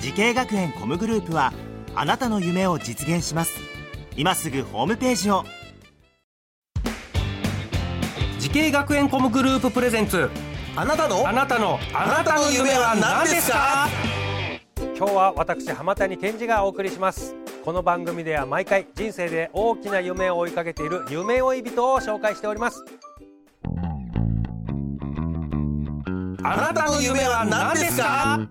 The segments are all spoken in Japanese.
時系学園コムグループはあなたの夢を実現します今すぐホームページを時系学園コムグループプレゼンツあなたのあなたのあなたの夢は何ですか今日は私浜谷健二がお送りしますこの番組では毎回人生で大きな夢を追いかけている夢追い人を紹介しておりますあなたの夢は何ですか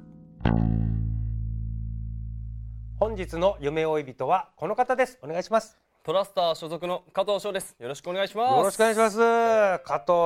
本日の夢追い人はこの方ですお願いしますトラスター所属の加藤翔です。よろしくお願いします。よろしくお願いします加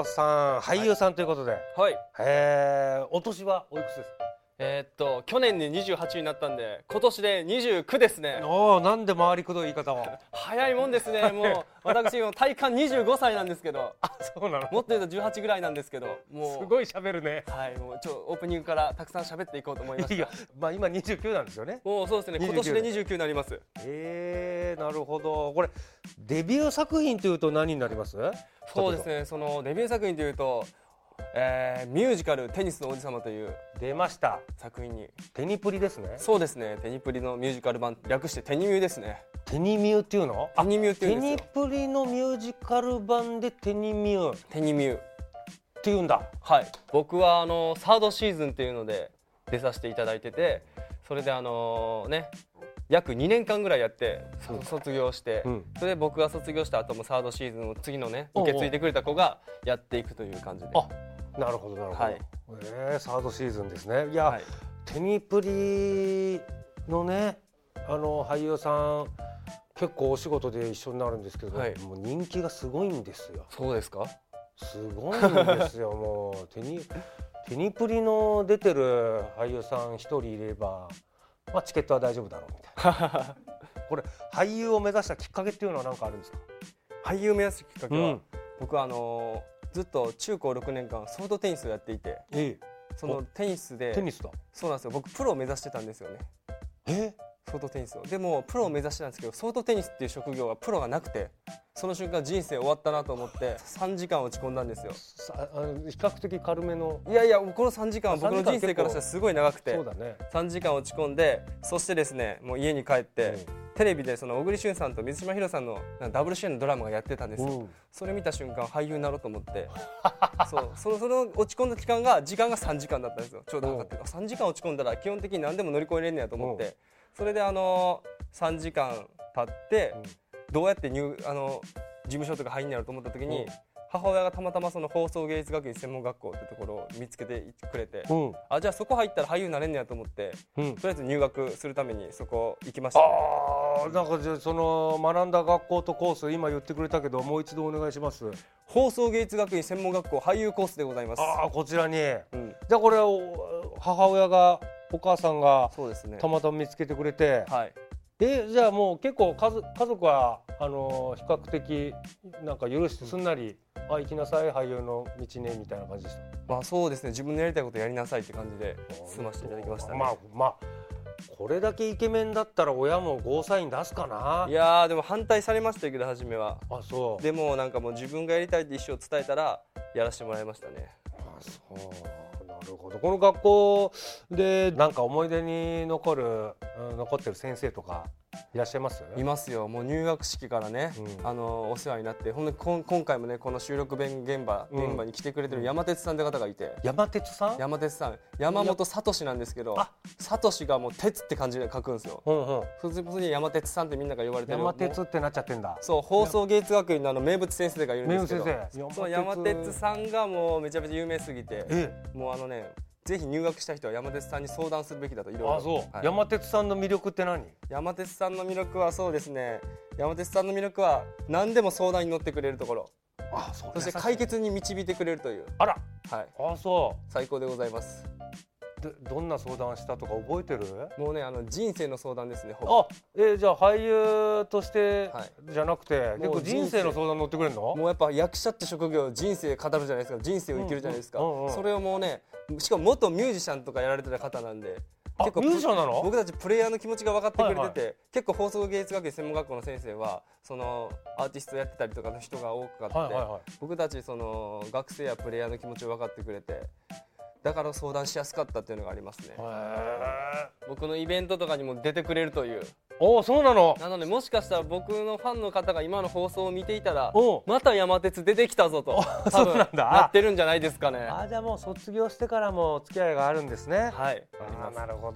藤さん俳優さんということで、はい。えー、お年はおいくつですかえー、っと去年に28になったんで、今年で29ですね。おーなんで回りくどい言い方を早いもんですね。もう私も体感25歳なんですけど、 あそうなのもっと言うと18ぐらいなんですけど、もうすごい喋るねはい。もうちょオープニングからたくさん喋っていこうと思いまいしやた。まあ今29なんですよねもうそうですね。 29今年で29になります。えー、なるほどこれデビュー作品というと何になりますそうですね。そのデビュー作品というと、えーミュージカルテニスの王子様という出ました作品に、テニプリですねそうですね。テニプリのミュージカル版略してテニミューですね。テニミューっていうのテニミューっていテうんニですよ。プリのミュージカル版でテニミューっテニミュー。ていうんだはい、僕はあのサードシーズンっていうので出させていただいててそれであのね約2年間ぐらいやってそ卒業して、うんそれで僕が卒業した後もサードシーズンを次のねおうおう受け継いでくれた子がやっていくという感じであなるほどなるほど、はいえー、サードシーズンですねいや、はい、テニプリのねあの俳優さん結構お仕事で一緒になるんですけど、はいもう人気がすごいんですよそうですかすごいんです よもうテニテニプリの出てる俳優さん一人いれば、まあ、チケットは大丈夫だろうみたい なこれ俳優を目指したきっかけっていうのは何かあるんですか、俳優目指すきっかけは、うん僕はあのずっと中高6年間ソフトテニスをやっていてえそのテニスでテニスだそうなんですよ僕プロを目指してたんですよねえソフトテニスをでもプロを目指してたんですけどソフトテニスっていう職業はプロがなくてその瞬間人生終わったなと思って3時間落ち込んだんですよさあの比較的軽めのいやいやこの3時間は僕3の時間人生からしたらすごい長くてそうだね3時間落ち込んでそしてですねもう家に帰って、テレビでその小栗旬さんと水島ひろさんのなんかダブル主演のドラマがやってたんですよ、うんそれ見た瞬間俳優になろうと思って そうそのその落ち込んだ期間が時間が3時間だったんですよちょうど測って、3時間落ち込んだら基本的に何でも乗り越えれんねやと思って、うんそれであのー、3時間経って、うんどうやって入あの事務所とか入んねやろと思った時うんに、母親がたまたまその放送芸術学院専門学校ってところを見つけてくれて、うんあじゃあそこ入ったら俳優になれんねやと思ってうんとりあえず入学するためにそこ行きました、ね、あーなんかじゃあその学んだ学校とコース今言ってくれたけどもう一度お願いします放送芸術学院専門学校俳優コースでございますああこちらにうん、じゃあこれを母親がお母さんがそうですねたまたま見つけてくれて、はいえじゃあもう結構家族家族はあの比較的なんか許してすんなり、あ行きなさい俳優の道ねみたいな感じでしまあそうですね自分のやりたいことやりなさいって感じでた済ませていただきましたね、まあまあこれだけイケメンだったら親もゴーサイン出すかないやーでも反対されましたけど初めはあそうでもなんかもう自分がやりたいって意思を伝えたらやらせてもらいましたねあそうなるほどこの学校でなんか思い出に残る、うん残ってる先生とかいらっしゃいますいますよもう入学式からね、うんあのお世話になってほんでこん今回もねこの収録弁現場、うん現場に来てくれてる山鉄さんって方がいて、山鉄さん山鉄さん山本聡なんですけどあ聡がもう鉄って感じで書くんですようんうん普通に山鉄さんってみんなが呼ばれてる山鉄ってなっちゃってんだそう放送芸術学院のあの名物先生がいるんですけど名物先生そう山山鉄鉄さんがもうめちゃめちゃ有名すぎてえもうあのねぜひ入学した人は山鉄さんに相談するべきだといろいろあそう、はい山鉄さんの魅力って何山鉄さんの魅力はそうですね山鉄さんの魅力は何でも相談に乗ってくれるところあそうそして解決に導いてくれるというあらはいあそ最高でございますうでどんな相談したとか覚えてるもうねあの人生の相談ですねほぼあえーじゃあ俳優としてはいじゃなくて、結構人生の相談乗ってくれるのもうやっぱ役者って職業人生語るじゃないですか人生を生きるじゃないですか、うんうんうんうんそれをもうねしかも元ミュージシャンとかやられてた方なんであプミュージシャンなの僕たちプレイヤーの気持ちが分かってくれてて、は結構放送芸術学院専門学校の先生はそのアーティストやってたりとかの人が多かった、はいはいはい僕たちその学生やプレイヤーの気持ちを分かってくれてだから相談しやすかったっていうのがありますね、へ僕のイベントとかにも出てくれるというーおおそうなのなのでもしかしたら僕のファンの方が今の放送を見ていたらおうまた山鉄出てきたぞと多そう分なんだなってるんじゃないですかねあじゃあもう卒業してからもお付き合いがあるんですねはいありあまーすなるほ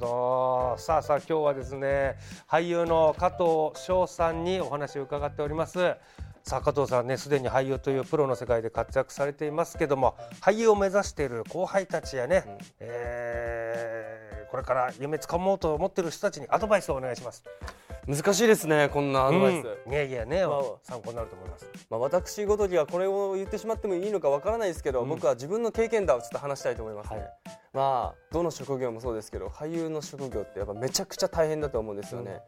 どさあさあ今日はですね俳優の加藤翔さんにお話を伺っておりますさあ加藤さんねすでに俳優というプロの世界で活躍されていますけども俳優を目指している後輩たちやね、んえーこれから夢つかもうと思っている人たちにアドバイスをお願いします難しいですねこんなアドバイス、うんいやいやねまあ参考になると思いますまあ、私ごときはこれを言ってしまってもいいのかわからないですけど、僕は自分の経験談をちょっと話したいと思いますね、まあどの職業もそうですけど俳優の職業ってやっぱめちゃくちゃ大変だと思うんですよね、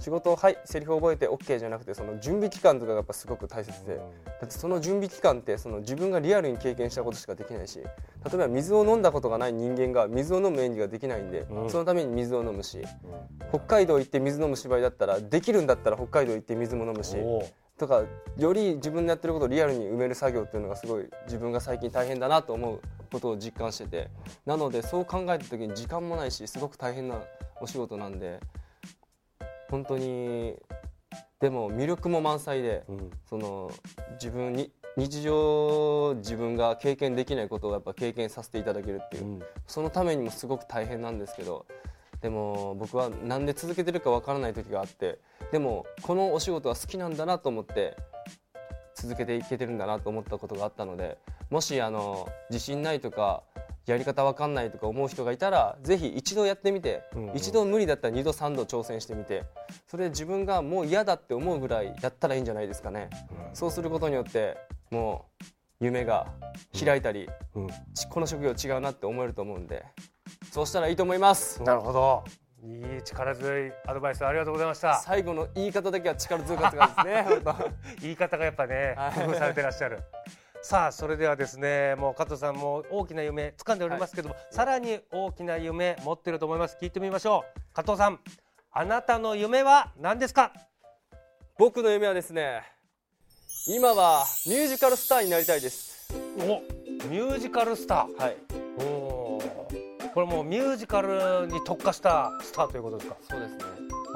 仕事をはいセリフを覚えて OK じゃなくてその準備期間とかがやっぱすごく大切で、だってその準備期間ってその自分がリアルに経験したことしかできないし例えば水を飲んだことがない人間が水を飲む演技ができないんで、うんそのために水を飲むし、北海道行って水飲む芝居だったらできるんだったら北海道行って水も飲むし、おーとかより自分のやってることをリアルに埋める作業っていうのがすごい自分が最近大変だなと思うことを実感しててなのでそう考えた時に時間もないしすごく大変なお仕事なんで本当にでも魅力も満載で、その自分に日常自分が経験できないことをやっぱ経験させていただけるっていう、そのためにもすごく大変なんですけどでも僕はなんで続けてるかわからない時があってでもこのお仕事は好きなんだなと思って続けていけてるんだなと思ったことがあったのでもしあの自信ないとかやり方わかんないとか思う人がいたらぜひ一度やってみて、んうん一度無理だったら二度三度挑戦してみてそれで自分がもう嫌だって思うぐらいやったらいいんじゃないですかね、そうすることによってもう夢が開いたり、うんちこの職業違うなって思えると思うんでそうしたらいいと思いますなるほどいい力強いアドバイスありがとうございました最後の言い方だけは力強かった ですね本言い方がやっぱね工夫されてらっしゃる。さあそれではですねもう加藤さんも大きな夢掴んでおりますけども、さらに大きな夢持ってると思います聞いてみましょう加藤さんあなたの夢は何ですか当僕の夢はですね今はミュージカルスターになりたいですおミュージカルスタはいーおーこれもうミュージカルに特化したスターということですかそうですね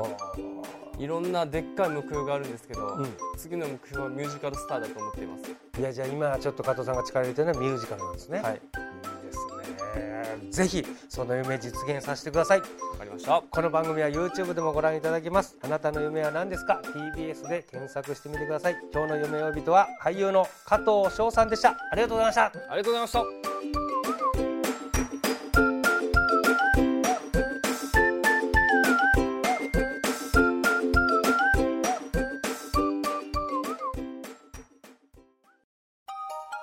あーいろんなでっかい目標があるんですけど、うん次の目標はミュージカルスターだと思っていますいやじゃあ今ちょっと加藤さんが力入れてるのはミュージカルなんですね、はいいいですねぜひその夢実現させてくださいわかりましたこの番組は YouTube でもご覧いただけますあなたの夢は何ですか TBS で検索してみてください今日の夢呼びとは俳優の加藤翔さんでしたありがとうございましたありがとうございました